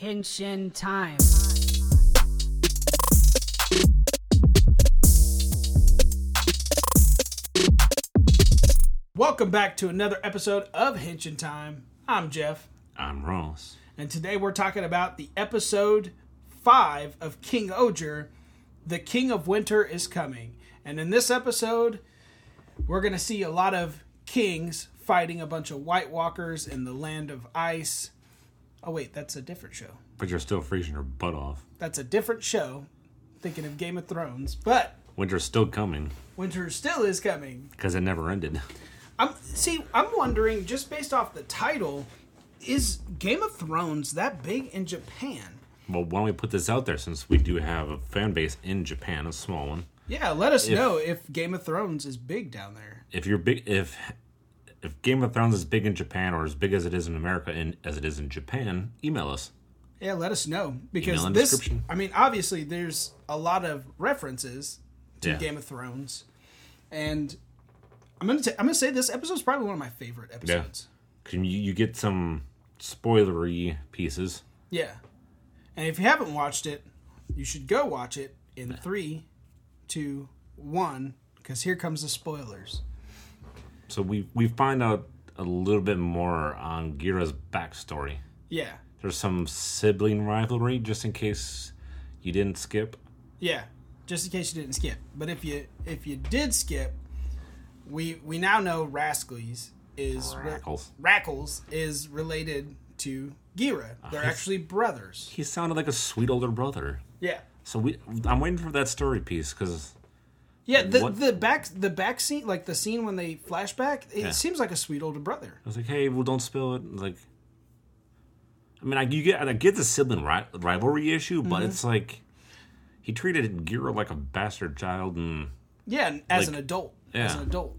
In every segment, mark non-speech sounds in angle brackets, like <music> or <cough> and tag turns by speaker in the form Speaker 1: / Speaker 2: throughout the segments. Speaker 1: Intervention time.
Speaker 2: Welcome back to another episode of Henshin Time. I'm Jeff,
Speaker 3: I'm Ross.
Speaker 2: and today we're talking about the episode 5 of King Oger, The King of Winter is Coming. And in this episode, we're going to see a lot of kings fighting a bunch of White Walkers in the land of ice. Oh, wait, that's a different show.
Speaker 3: But you're still freezing your butt off.
Speaker 2: That's a different show. Thinking of Game of Thrones, but
Speaker 3: Winter's still coming
Speaker 2: winter still is coming.
Speaker 3: because it never ended.
Speaker 2: I'm see. I'm wondering just based off the title, is Game of Thrones that big in Japan?
Speaker 3: Well, why don't we put this out there since we do have a fan base in Japan, a small one.
Speaker 2: Yeah, let us know if Game of Thrones is big down there.
Speaker 3: If you're big, if if Game of Thrones is big in Japan or as big as it is in America and as it is in Japan, email us.
Speaker 2: Yeah, let us know because
Speaker 3: Email and
Speaker 2: this.
Speaker 3: description.
Speaker 2: I mean, obviously, there's a lot of references to
Speaker 3: Yeah.
Speaker 2: Game of Thrones, and I'm gonna t- I'm gonna say this episode's probably one of my favorite episodes.
Speaker 3: Can you, you get some spoilery pieces?
Speaker 2: Yeah. and if you haven't watched it, you should go watch it in three, two, one, because here comes the spoilers.
Speaker 3: So we we find out a little bit more on Gira's backstory.
Speaker 2: Yeah,
Speaker 3: There's some sibling rivalry, just in case you didn't skip.
Speaker 2: Yeah, just in case you didn't skip. But if you if you did skip, we we now know Rascals is re-
Speaker 3: Rackles.
Speaker 2: Rackles is related to Gira.
Speaker 3: Ah.
Speaker 2: They're actually brothers.
Speaker 3: He sounded like a sweet older brother.
Speaker 2: Yeah.
Speaker 3: So we, I'm waiting for that story piece because
Speaker 2: Yeah, the
Speaker 3: What-
Speaker 2: the back the back scene like the scene when they flashback, it seems like a sweet older brother.
Speaker 3: I was like, hey, well, don't spill it. And like, I mean, I you get, I get the sibling ri- rivalry issue, but it's like he treated Giro like a bastard child, and
Speaker 2: Yeah, and as
Speaker 3: Like-
Speaker 2: an adult. As
Speaker 3: yeah.
Speaker 2: an adult.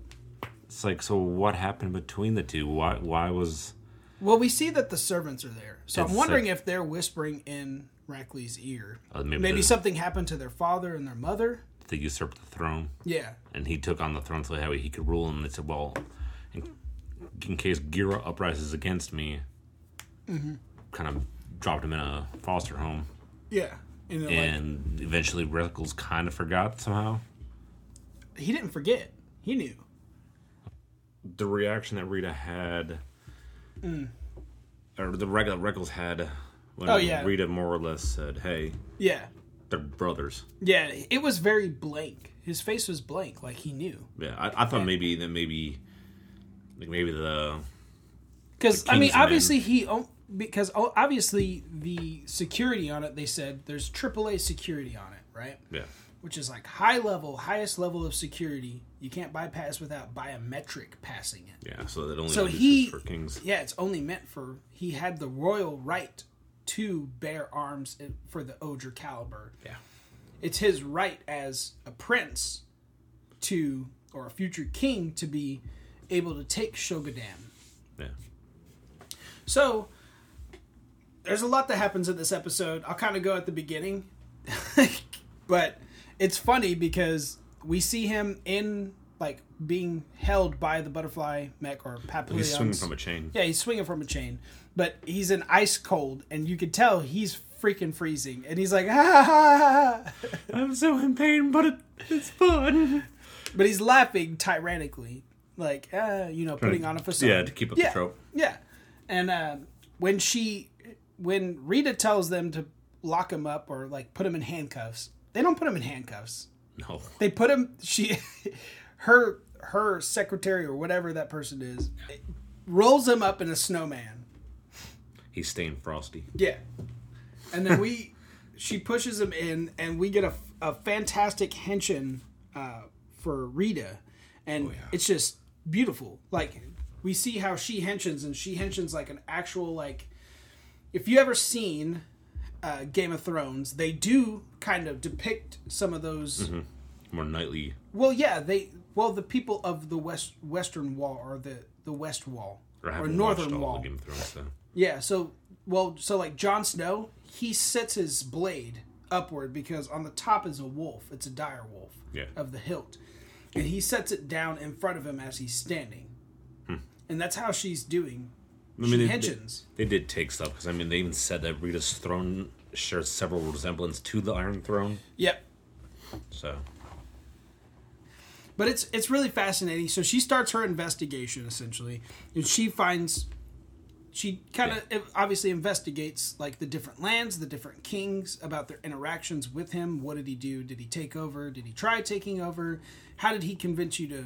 Speaker 3: it's like, so what happened between the two? Why, why was
Speaker 2: Well, we see that the servants are there. So I'm
Speaker 3: It's
Speaker 2: wondering
Speaker 3: like-
Speaker 2: if they're whispering in Rackley's ear.
Speaker 3: Uh, maybe
Speaker 2: maybe
Speaker 3: the-
Speaker 2: something happened to their father and their mother.
Speaker 3: they usurped the throne,
Speaker 2: Yeah.
Speaker 3: and he took on the throne so that way he could rule? And they said, well, in, in case Giro uprises against me, kind of dropped him in a foster home.
Speaker 2: Yeah. And, they're like,
Speaker 3: and eventually Rickles kind of forgot somehow.
Speaker 2: he didn't forget. He knew.
Speaker 3: The reaction that Rita had, or the regular Rickles had, when
Speaker 2: Mm. Oh, yeah.
Speaker 3: Rita more or less said, "Hey,
Speaker 2: Yeah.
Speaker 3: they're brothers."
Speaker 2: Yeah. It was very blank. His face was blank, like he knew.
Speaker 3: Yeah, I, I thought maybe that maybe, like maybe the
Speaker 2: Because
Speaker 3: The
Speaker 2: I mean,
Speaker 3: Kingsman.
Speaker 2: obviously he o- because o- obviously the security on it. They said there's AAA security on it, right?
Speaker 3: yeah
Speaker 2: Which is like high level, highest level of security. You can't bypass without biometric passing it.
Speaker 3: yeah. So that only
Speaker 2: So
Speaker 3: exists
Speaker 2: he-
Speaker 3: for kings.
Speaker 2: Yeah, it's only meant for he had the royal right to bear arms in- for the Oger caliber.
Speaker 3: Yeah.
Speaker 2: it's his right as a prince to or a future king to be able to take Shogadam.
Speaker 3: Yeah,
Speaker 2: So there's a lot that happens in this episode. I'll kind of go at the beginning, <laughs> but it's funny because we see him in like being held by the butterfly mech or papillons.
Speaker 3: he's swinging from a chain.
Speaker 2: Yeah, he's swinging from a chain, but he's in ice cold, and you could tell he's freaking freezing. And he's like, "Ha, ha ha ha ha.
Speaker 3: I'm so in pain, but it, it's fun.
Speaker 2: But he's laughing tyrannically, like uh, you know, putting on a facade.
Speaker 3: Yeah, to keep up
Speaker 2: yeah,
Speaker 3: the trope.
Speaker 2: yeah. And uh, when she, when Rita tells them to lock him up or like put him in handcuffs, they don't put him in handcuffs.
Speaker 3: <laughs> No,
Speaker 2: They put him. <laughs> She, her, her secretary or whatever that person is, rolls him up in a snowman.
Speaker 3: he's staying frosty.
Speaker 2: Yeah. And
Speaker 3: <laughs>
Speaker 2: then we, she pushes him in, and we get a, a fantastic henshin uh, for Rita.
Speaker 3: Oh,
Speaker 2: And it's just beautiful. Like, we see how she henshins, and she henshins like an actual, like, if you ever seen uh, Game of Thrones, they do kind of depict some of those.
Speaker 3: Mm-hmm. More nightly,
Speaker 2: Well, yeah, they, well, the people of the west Western Wall or the, the West Wall
Speaker 3: or,
Speaker 2: or,
Speaker 3: having watched
Speaker 2: Northern
Speaker 3: all
Speaker 2: Wall.
Speaker 3: of Game of Thrones, so.
Speaker 2: Yeah, so well, so like Jon Snow, he sets his blade upward because on the top is a wolf. It's a dire wolf
Speaker 3: Yeah.
Speaker 2: of the hilt. And he sets it down in front of him as he's standing. And that's how she's doing
Speaker 3: Hmm. I mean,
Speaker 2: she
Speaker 3: they-
Speaker 2: Hitchens.
Speaker 3: They did take stuff because I mean they even said that Rita's throne shares several resemblance to the Iron Throne.
Speaker 2: Yep.
Speaker 3: So
Speaker 2: But it's it's really fascinating. So she starts her investigation essentially, and she finds she kind of obviously investigates like the different lands, the different kings, about their interactions with him. What did he do? Did he take over? Did he try taking over? How did he convince you to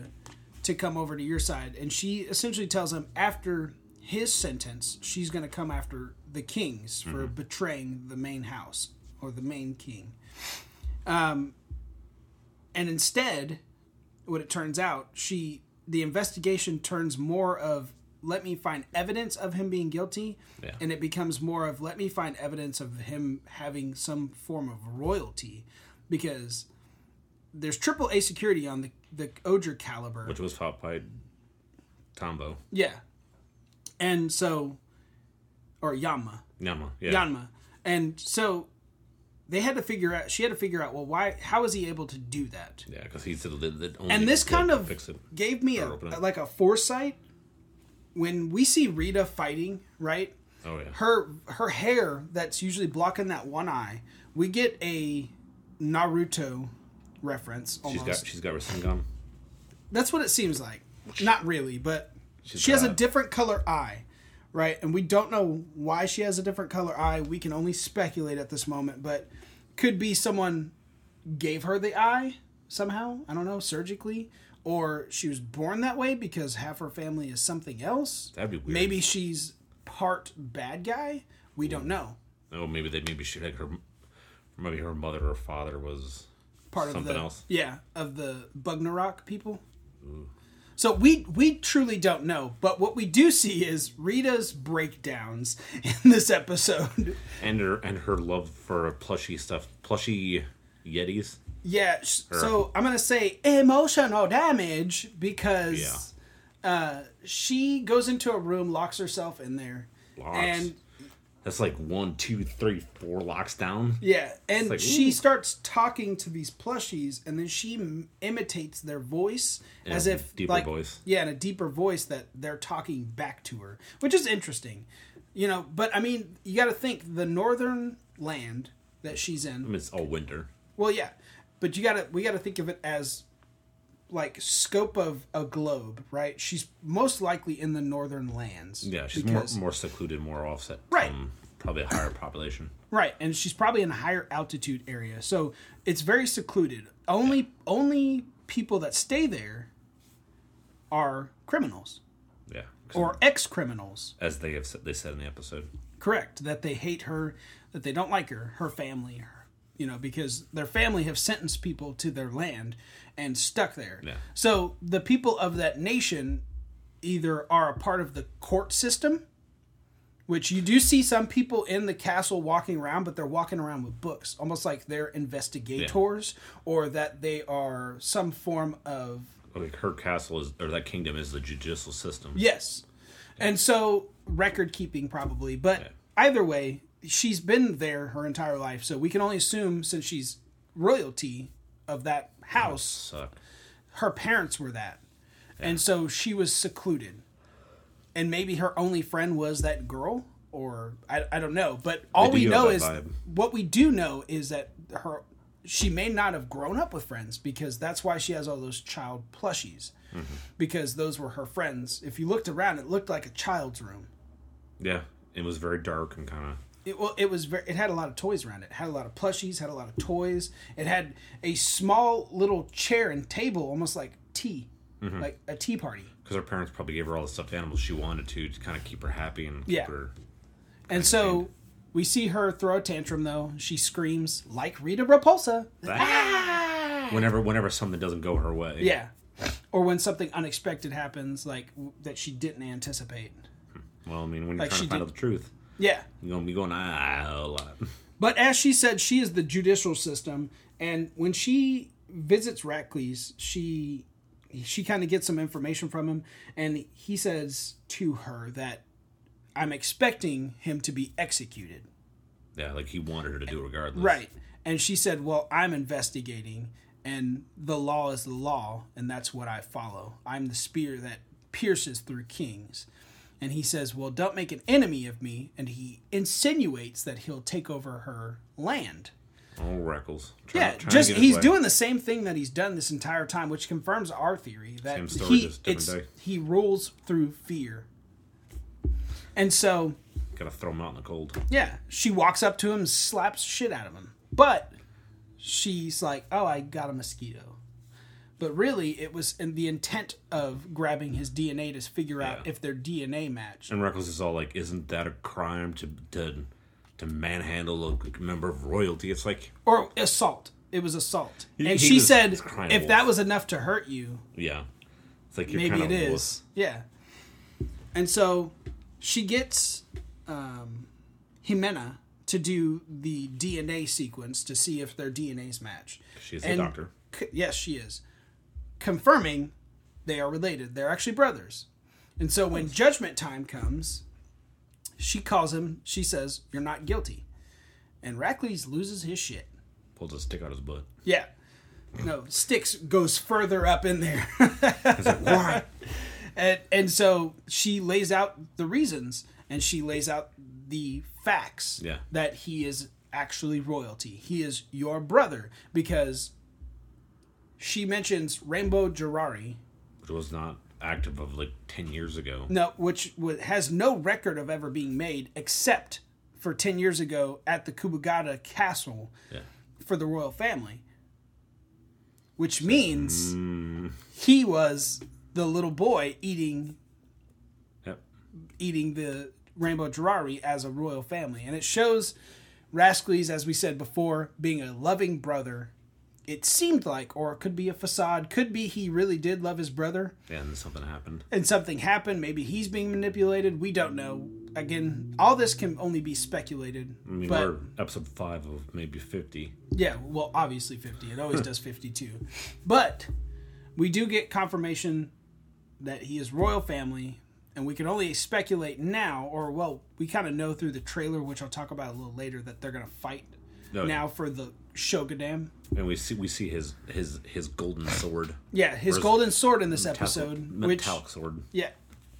Speaker 2: to come over to your side? And she essentially tells him after his sentence, she's going to come after the kings for betraying the main house or the main king. And instead, what it turns out, she the investigation turns more of let me find evidence of him being guilty,
Speaker 3: Yeah.
Speaker 2: and it becomes more of let me find evidence of him having some form of royalty, because there's triple A security on the the Odger caliber.
Speaker 3: which was fought by Tombo
Speaker 2: yeah, and so, or Yama.
Speaker 3: Yama. Yeah.
Speaker 2: Yanma. And so they had to figure out she had to figure out well why how is he able to do that?
Speaker 3: Yeah, because he's the, the, the only
Speaker 2: And this
Speaker 3: one
Speaker 2: kind
Speaker 3: to
Speaker 2: of
Speaker 3: fix it.
Speaker 2: gave me a,
Speaker 3: Or open it.
Speaker 2: like a foresight when we see Rita fighting, right?
Speaker 3: Oh yeah.
Speaker 2: Her her hair that's usually blocking that one eye, we get a Naruto reference
Speaker 3: she's
Speaker 2: almost.
Speaker 3: got she's got Rasengan.
Speaker 2: that's what it seems like. Not really, but she has a
Speaker 3: got-
Speaker 2: different color eye, right? And we don't know why she has a different color eye. We can only speculate at this moment, but could be someone gave her the eye somehow. I don't know, surgically, or she was born that way because half her family is something else.
Speaker 3: That'd be weird.
Speaker 2: Maybe she's part bad guy. We don't know.
Speaker 3: Oh, maybe they maybe she like her maybe her mother or father was
Speaker 2: part of
Speaker 3: Something
Speaker 2: the
Speaker 3: else.
Speaker 2: yeah of the Bugnarok people. So we we truly don't know, but what we do see is Rita's breakdowns <laughs> in this episode. <laughs>
Speaker 3: and her and her love for plushy stuff, plushy yetis.
Speaker 2: yeah, sh- so I'm gonna say emotional damage because
Speaker 3: Yeah.
Speaker 2: uh, she goes into a room, locks herself in there,
Speaker 3: Locks.
Speaker 2: and
Speaker 3: That's like one, two, three, four locks down.
Speaker 2: Yeah, and
Speaker 3: like,
Speaker 2: she
Speaker 3: ooh.
Speaker 2: starts talking to these plushies, and then she m- imitates their voice
Speaker 3: a
Speaker 2: as if
Speaker 3: deeper
Speaker 2: like,
Speaker 3: voice.
Speaker 2: Yeah, in a deeper voice that they're talking back to her, which is interesting, you know. But I mean, you got to think the northern land that she's in.
Speaker 3: I mean, it's all winter.
Speaker 2: Well, yeah, but you gotta we gotta think of it as like scope of a globe, right? She's most likely in the northern lands.
Speaker 3: Yeah, she's
Speaker 2: because-
Speaker 3: more more secluded, more offset.
Speaker 2: Right.
Speaker 3: From probably a
Speaker 2: <coughs>
Speaker 3: higher population.
Speaker 2: Right, and she's probably in a higher altitude area, so it's very secluded. Only only people that stay there are criminals
Speaker 3: Yeah.
Speaker 2: or ex criminals.
Speaker 3: as they have said, they said in the episode.
Speaker 2: Correct. That they hate her, that they don't like her, her family, her, you know, because their family have sentenced people to their land and stuck there.
Speaker 3: Yeah.
Speaker 2: So the people of that nation either are a part of the court system, which you do see some people in the castle walking around, but they're walking around with books, almost like they're investigators or that they are some form of
Speaker 3: Like her castle is, or that kingdom is the judicial system.
Speaker 2: Yes. And so record keeping probably, but either way, she's been there her entire life, so we can only assume since she's royalty of that house,
Speaker 3: Suck.
Speaker 2: her parents were that. And so she was secluded. And maybe her only friend was that girl or I, I don't know, but all
Speaker 3: do
Speaker 2: we
Speaker 3: get
Speaker 2: know
Speaker 3: that
Speaker 2: is
Speaker 3: vibe.
Speaker 2: what we do know is that her she may not have grown up with friends because that's why she has all those child plushies
Speaker 3: Mm-hmm.
Speaker 2: because those were her friends. If you looked around, it looked like a child's room.
Speaker 3: Yeah. It was very dark and kind of.
Speaker 2: It, well, it was very, it had a lot of toys around it. It Had a lot of plushies, had a lot of toys. It had a small little chair and table, almost like tea,
Speaker 3: Mm-hmm.
Speaker 2: like a tea party.
Speaker 3: Because her parents probably gave her all the stuffed animals she wanted to to kind of keep her happy and keep
Speaker 2: Yeah.
Speaker 3: her.
Speaker 2: And so we see her throw a tantrum though. She screams like Rita Repulsa.
Speaker 3: Whenever, whenever something doesn't go her way.
Speaker 2: Yeah. Or when something unexpected happens, like w- that she didn't anticipate.
Speaker 3: Well, I mean, when you're
Speaker 2: Like
Speaker 3: trying
Speaker 2: she
Speaker 3: to find
Speaker 2: did-
Speaker 3: out the truth,
Speaker 2: Yeah.
Speaker 3: you're gonna be going ah a lot. <laughs>
Speaker 2: But as she said, she is the judicial system, and when she visits Ratcliffe, she she kind of gets some information from him, and he says to her that I'm expecting him to be executed.
Speaker 3: Yeah, like he wanted her to do it regardless.
Speaker 2: Right. And she said, Well, I'm investigating, and the law is the law, and that's what I follow. I'm the spear that pierces through kings. and he says, "Well, don't make an enemy of me," and he insinuates that he'll take over her land.
Speaker 3: Oh, Reckles. Try-
Speaker 2: Yeah,
Speaker 3: trying to
Speaker 2: just
Speaker 3: get his
Speaker 2: he's
Speaker 3: way.
Speaker 2: doing the same thing that he's done this entire time, which confirms our theory that
Speaker 3: Same story,
Speaker 2: he
Speaker 3: just different
Speaker 2: it's,
Speaker 3: day.
Speaker 2: he rules through fear. And so,
Speaker 3: Gotta throw him out in the cold.
Speaker 2: yeah, she walks up to him, and slaps shit out of him, but she's like, "Oh, I got a mosquito." But really, it was in the intent of grabbing his DNA to figure out
Speaker 3: Yeah.
Speaker 2: if their DNA matched.
Speaker 3: And Reckles is all like, "Isn't that a crime to to to manhandle a member of royalty?" It's like,
Speaker 2: or assault. It was assault.
Speaker 3: He-
Speaker 2: and
Speaker 3: he
Speaker 2: she
Speaker 3: was-
Speaker 2: said,
Speaker 3: he's crying
Speaker 2: if
Speaker 3: wolf.
Speaker 2: that was enough to hurt you,
Speaker 3: yeah, it's like you're
Speaker 2: maybe
Speaker 3: kind
Speaker 2: it
Speaker 3: of
Speaker 2: is. Yeah. And so she gets um, Jimena to do the DNA sequence to see if their DNAs match.
Speaker 3: She's
Speaker 2: And-
Speaker 3: the doctor.
Speaker 2: C- yes, she is. Confirming they are related. They're actually brothers. And so when judgment time comes, she calls him, she says, You're not guilty. And Rackley's loses his shit.
Speaker 3: Pulls a stick out his butt.
Speaker 2: Yeah. No, sticks goes further up in there.
Speaker 3: He's like, "Why?"
Speaker 2: <laughs> and, and so she lays out the reasons and she lays out the facts
Speaker 3: Yeah.
Speaker 2: that he is actually royalty. He is your brother because she mentions Rainbow Gerari,
Speaker 3: Which was not active of like ten years ago.
Speaker 2: no, which wa- has no record of ever being made except for 10 years ago at the Kubugata Castle
Speaker 3: Yeah.
Speaker 2: for the royal family, which means he was the little boy eating
Speaker 3: Yep.
Speaker 2: eating the rainbow Gerari as a royal family, and it shows Rascally's, as we said before, being a loving brother. It seemed like, or it could be a facade, could be he really did love his brother,
Speaker 3: And something happened.
Speaker 2: and something happened. Maybe he's being manipulated. We don't know. Again, all this can only be speculated.
Speaker 3: I mean,
Speaker 2: but
Speaker 3: we're episode five of maybe fifty.
Speaker 2: Yeah, well, obviously 50. It always does 52. But we do get confirmation that he is royal family, and we can only speculate now, or, well, we kind of know through the trailer, which I'll talk about a little later, that they're going to fight
Speaker 3: No,
Speaker 2: now for the Shogadam.
Speaker 3: and we see we see his his his golden sword,
Speaker 2: Yeah, his
Speaker 3: Where's-
Speaker 2: golden sword in this episode,
Speaker 3: metallic,
Speaker 2: which.
Speaker 3: metallic sword.
Speaker 2: Yeah,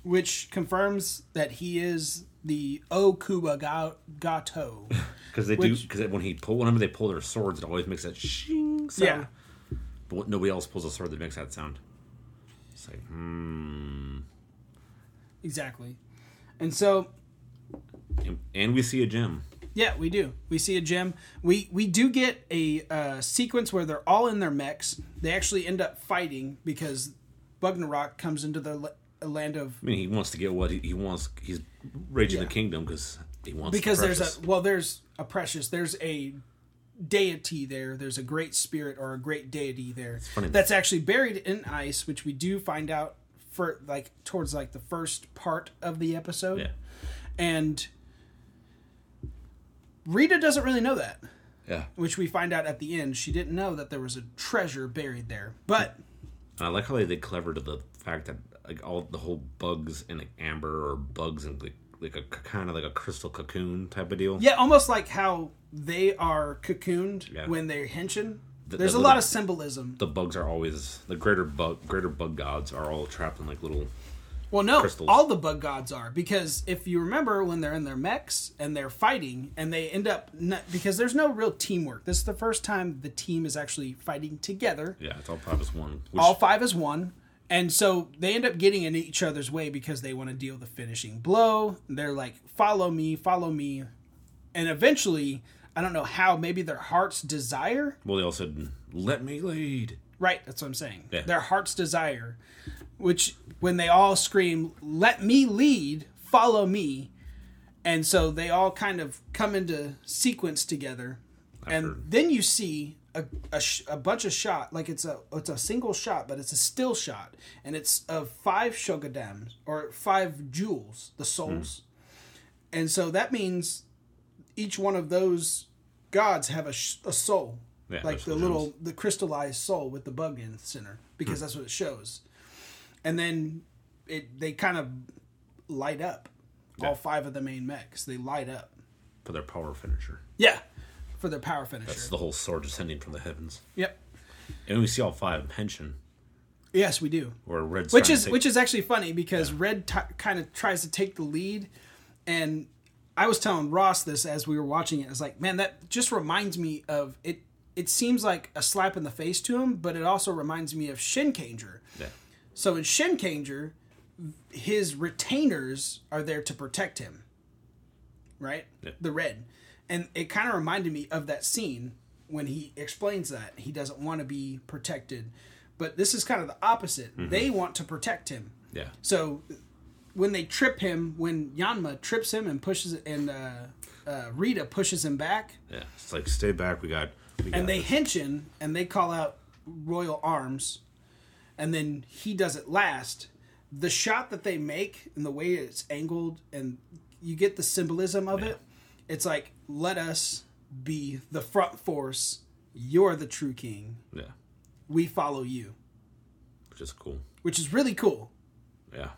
Speaker 2: which confirms that he is the Okuba Ga- Gato.
Speaker 3: Because they do
Speaker 2: Which-
Speaker 3: because when he pull whenever they pull their swords, it always makes that shing sound.
Speaker 2: Yeah.
Speaker 3: But what- nobody else pulls a sword that makes that sound. It's like, hmm,
Speaker 2: Exactly. And so
Speaker 3: and, and we see a gem.
Speaker 2: Yeah, we do. We see a gem. We we do get a uh, sequence where they're all in their mechs. They actually end up fighting because Bugnarok comes into the la- land of
Speaker 3: I mean, he wants to get what he, he wants. He's raging
Speaker 2: Yeah.
Speaker 3: the kingdom because he wants
Speaker 2: because
Speaker 3: the
Speaker 2: there's
Speaker 3: precious.
Speaker 2: a well there's a precious there's a deity there there's a great spirit or a great deity there
Speaker 3: funny.
Speaker 2: that's actually buried in ice which we do find out for like towards like the first part of the episode
Speaker 3: Yeah.
Speaker 2: and Rita doesn't really know that
Speaker 3: yeah.
Speaker 2: which we find out at the end she didn't know that there was a treasure buried there but
Speaker 3: And I like how they they clever to the fact that like all the whole bugs in like amber or bugs and like like a kind of like a crystal cocoon type of deal.
Speaker 2: yeah almost like how they are cocooned
Speaker 3: Yeah.
Speaker 2: when they're henching
Speaker 3: The-
Speaker 2: there's
Speaker 3: the
Speaker 2: a lot
Speaker 3: little-
Speaker 2: of symbolism
Speaker 3: The bugs are always the greater bug greater bug gods are all trapped in like little
Speaker 2: well no
Speaker 3: crystals.
Speaker 2: all the bug gods are because if you remember when they're in their mechs and they're fighting and they end up n because there's no real teamwork this is the first time the team is actually fighting together
Speaker 3: yeah it's all five as one. Which,
Speaker 2: all five is one and so they end up getting in each other's way because they want to deal the finishing blow they're like follow me follow me and eventually i don't know how maybe their heart's desire
Speaker 3: well they all said let me lead.
Speaker 2: right that's what i'm saying
Speaker 3: Yeah.
Speaker 2: their heart's desire which when they all scream let me lead follow me and so they all kind of come into sequence together
Speaker 3: After-
Speaker 2: and then you see a, a, sh- a bunch of shot like it's a it's a single shot but it's a still shot and it's of five shogadams or five jewels the souls and so that means each one of those gods have a, sh- a soul
Speaker 3: Yeah,
Speaker 2: like
Speaker 3: those
Speaker 2: the
Speaker 3: are the
Speaker 2: little
Speaker 3: jewels.
Speaker 2: the crystallized soul with the bug in the center because that's what it shows and then it they kind of light up all five of the main mechs they light up
Speaker 3: for their power finisher.
Speaker 2: yeah for their power finisher
Speaker 3: It's the whole sword descending from the heavens.
Speaker 2: yep
Speaker 3: And we see all five pension.
Speaker 2: Yes, we do.
Speaker 3: or Red.
Speaker 2: which
Speaker 3: starting
Speaker 2: is
Speaker 3: to take-
Speaker 2: which is actually funny because Red t- kind of tries to take the lead, and I was telling Ross this as we were watching it. I was like, man, that just reminds me of it. It seems like a slap in the face to him, but it also reminds me of Shinkanger.
Speaker 3: Yeah.
Speaker 2: So in Shinkanger, his retainers are there to protect him, right?
Speaker 3: Yeah.
Speaker 2: The red, and it kind of reminded me of that scene when he explains that he doesn't want to be protected, but this is kind of the opposite. They want to protect him,
Speaker 3: Yeah.
Speaker 2: so when they trip him, when Yanma trips him and pushes and uh, uh, Rita pushes him back,
Speaker 3: Yeah. It's like stay back. We got. We got
Speaker 2: and they
Speaker 3: this.
Speaker 2: hinch in and they call out royal arms and then he does it last the shot that they make and the way it's angled and you get the symbolism of it it's like let us be the front force you're the true king
Speaker 3: Yeah.
Speaker 2: we follow you
Speaker 3: Which is cool.
Speaker 2: which is really cool
Speaker 3: Yeah.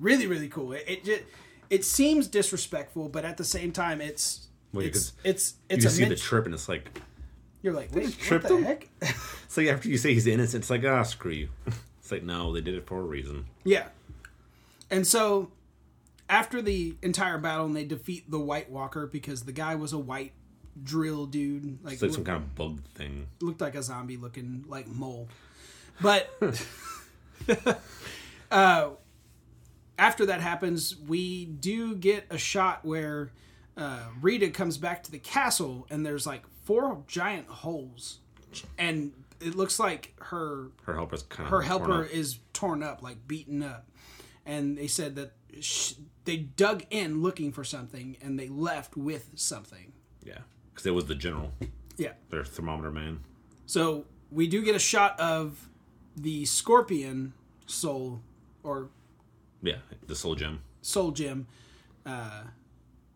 Speaker 2: really really cool it it, ju- it seems disrespectful but at the same time it's
Speaker 3: Well, you
Speaker 2: it's,
Speaker 3: could-
Speaker 2: it's
Speaker 3: You
Speaker 2: it's
Speaker 3: just
Speaker 2: a
Speaker 3: see the
Speaker 2: mid-
Speaker 3: trip, and it's like
Speaker 2: you're like wait what
Speaker 3: tripped
Speaker 2: the
Speaker 3: him?
Speaker 2: heck
Speaker 3: it's like after you say he's innocent, it's like ah screw you. <laughs> It's like no, they did it for a reason.
Speaker 2: Yeah. And so after the entire battle and they defeat the White Walker because the guy was a white drill dude, like,
Speaker 3: It's like
Speaker 2: loo-
Speaker 3: some kind of bug thing.
Speaker 2: looked like a zombie looking like mole. But <laughs> uh after that happens, we do get a shot where uh, Rita comes back to the castle and there's like four giant holes. And it looks like her
Speaker 3: Her helper's kind of
Speaker 2: her helper is torn up, like beaten up. And they said that sh- they dug in looking for something and they left with something.
Speaker 3: Yeah, because it was the general,
Speaker 2: Yeah.
Speaker 3: their thermometer man.
Speaker 2: So we do get a shot of the scorpion soul or
Speaker 3: Yeah, the soul gem.
Speaker 2: soul gem uh,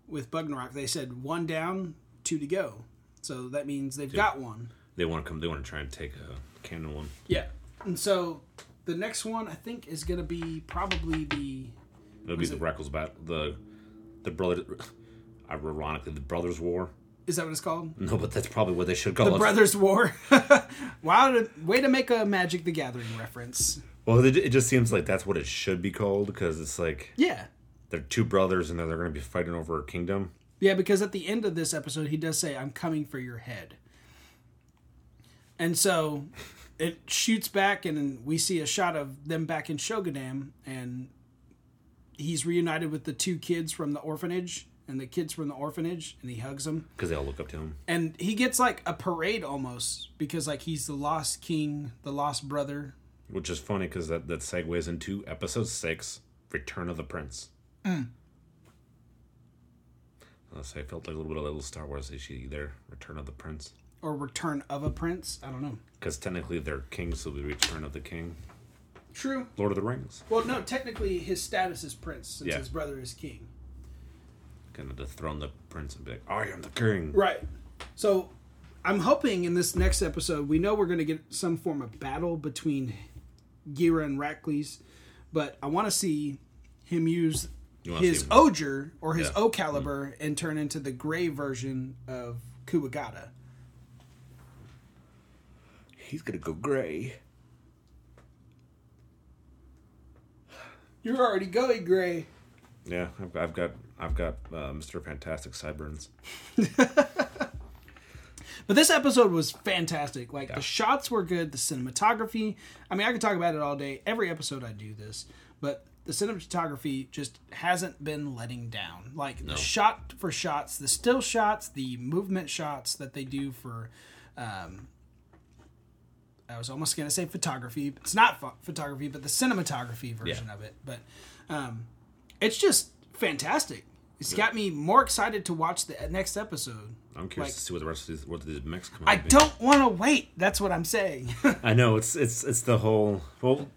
Speaker 2: with Bugnarok. They said one down, two to go. So that means they've got one.
Speaker 3: They want to come. They want to try and take a cannon one.
Speaker 2: Yeah. And so the next one I think is going to be probably the
Speaker 3: It'll be the Reckles battle. The the brother. Ironically, the brothers' war.
Speaker 2: is that what it's called?
Speaker 3: No, but that's probably what they should call
Speaker 2: The
Speaker 3: it.
Speaker 2: Brothers War. <laughs> wow, to, way to make a Magic the Gathering reference.
Speaker 3: Well, it, it just seems like that's what it should be called because it's like
Speaker 2: Yeah.
Speaker 3: they're two brothers and they're going to be fighting over a kingdom.
Speaker 2: Yeah, because at the end of this episode, he does say, I'm coming for your head. And so it shoots back, and we see a shot of them back in Shogunam, and he's reunited with the two kids from the orphanage, and the kids from the orphanage, and he hugs them.
Speaker 3: Because they all look up to him.
Speaker 2: and he gets like a parade almost because like he's the lost king the lost brother
Speaker 3: Which is funny because that, that segues into episode six Return of the Prince.
Speaker 2: Mm.
Speaker 3: I'll say I felt like a little bit of a little Star Wars issue there. Return of the Prince.
Speaker 2: or return of a prince i don't know
Speaker 3: Because technically they're kings, so the Return of the King.
Speaker 2: true
Speaker 3: Lord of the Rings.
Speaker 2: well no technically his status is prince since
Speaker 3: Yeah.
Speaker 2: his brother is king
Speaker 3: Gonna dethrone the prince and be like, I am the king.
Speaker 2: right so i'm hoping in this next episode we know we're going to get some form of battle between gira and Rackley's, but i want to see him use
Speaker 3: You wanna
Speaker 2: his
Speaker 3: see-
Speaker 2: oger or his
Speaker 3: Yeah.
Speaker 2: o caliber and turn into the gray version of kuwagata
Speaker 3: He's gonna go gray.
Speaker 2: you're already going gray
Speaker 3: Yeah, I've, I've got I've got uh, Mr. Fantastic sideburns.
Speaker 2: But this episode was fantastic. Like the shots were good, the cinematography. I mean, I could talk about it all day. Every episode I do this, but the cinematography just hasn't been letting down. Like the shot for shots, the still shots, the movement shots that they do for um I was almost going to say photography. It's not pho- photography, but the cinematography version of it. But um it's just fantastic. It's got me more excited to watch the next episode.
Speaker 3: I'm curious
Speaker 2: Like-
Speaker 3: to see what the rest of these what these mix come out.
Speaker 2: I
Speaker 3: to be.
Speaker 2: don't want to wait. That's what I'm saying. <laughs>
Speaker 3: I know it's it's it's the whole well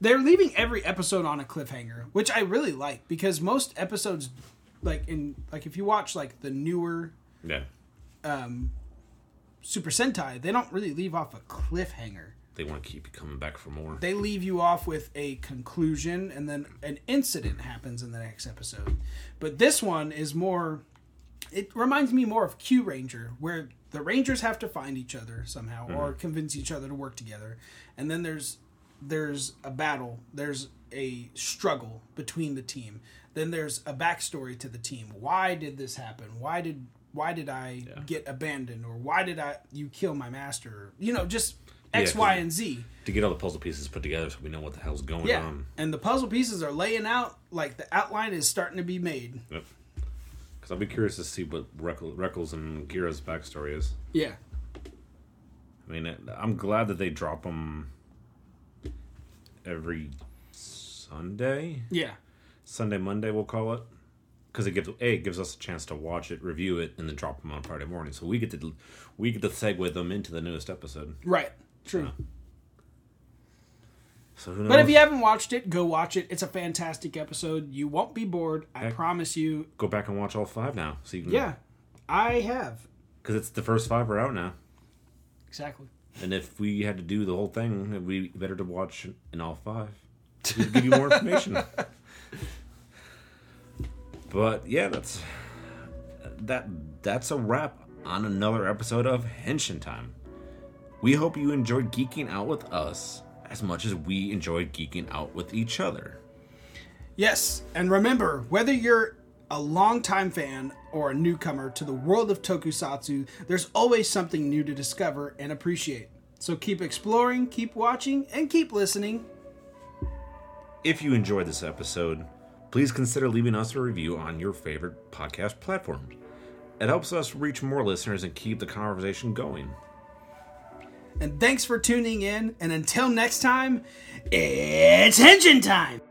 Speaker 2: They're leaving every episode on a cliffhanger, which I really like because most episodes, like in like if you watch like the newer
Speaker 3: yeah
Speaker 2: Super Sentai, they don't really leave off a cliffhanger.
Speaker 3: they want to keep you coming back for more.
Speaker 2: They leave you off with a conclusion, and then an incident happens in the next episode. But this one is more. It reminds me more of Q Ranger, where
Speaker 3: Mm-hmm.
Speaker 2: the Rangers have to find each other somehow or convince each other to work together, and then there's there's a battle, there's a struggle between the team. Then there's a backstory to the team. Why did this happen? Why did why did I get abandoned or why did I you kill my master? You know, just X,
Speaker 3: Yeah,
Speaker 2: Y,
Speaker 3: 'cause-
Speaker 2: and Z.
Speaker 3: to get all the puzzle pieces put together so we know what the hell's going
Speaker 2: Yeah.
Speaker 3: on.
Speaker 2: and the puzzle pieces are laying out like the outline is starting to be made.
Speaker 3: Because I'll be curious to see what Reckl- Reckles and Gira's backstory is.
Speaker 2: Yeah.
Speaker 3: I mean, it- I'm glad that they drop them every Sunday,
Speaker 2: Yeah.
Speaker 3: Sunday Monday we'll call it, because it gives a it gives us a chance to watch it, review it, and then drop them on Friday morning. So we get to we get to segue them into the newest episode.
Speaker 2: Right. True.
Speaker 3: So who knows?
Speaker 2: But if you haven't watched it, go watch it. It's a fantastic episode. You won't be bored. I
Speaker 3: Heck.
Speaker 2: promise you.
Speaker 3: go back and watch all five now, so you can
Speaker 2: Yeah. I have.
Speaker 3: because it's the first five are out now.
Speaker 2: Exactly.
Speaker 3: And if we had to do the whole thing, it'd be better to watch in all five. It'd give you more information. But yeah, that's that. That's a wrap on another episode of Henshin Time. We hope you enjoyed geeking out with us as much as we enjoyed geeking out with each other.
Speaker 2: Yes, and remember, whether you're a longtime fan or a newcomer to the world of tokusatsu, there's always something new to discover and appreciate. So keep exploring, keep watching, and keep listening.
Speaker 3: If you enjoyed this episode, please consider leaving us a review on your favorite podcast platforms. It helps us reach more listeners and keep the conversation going.
Speaker 2: And thanks for tuning in, and until next time, it's Henshin time!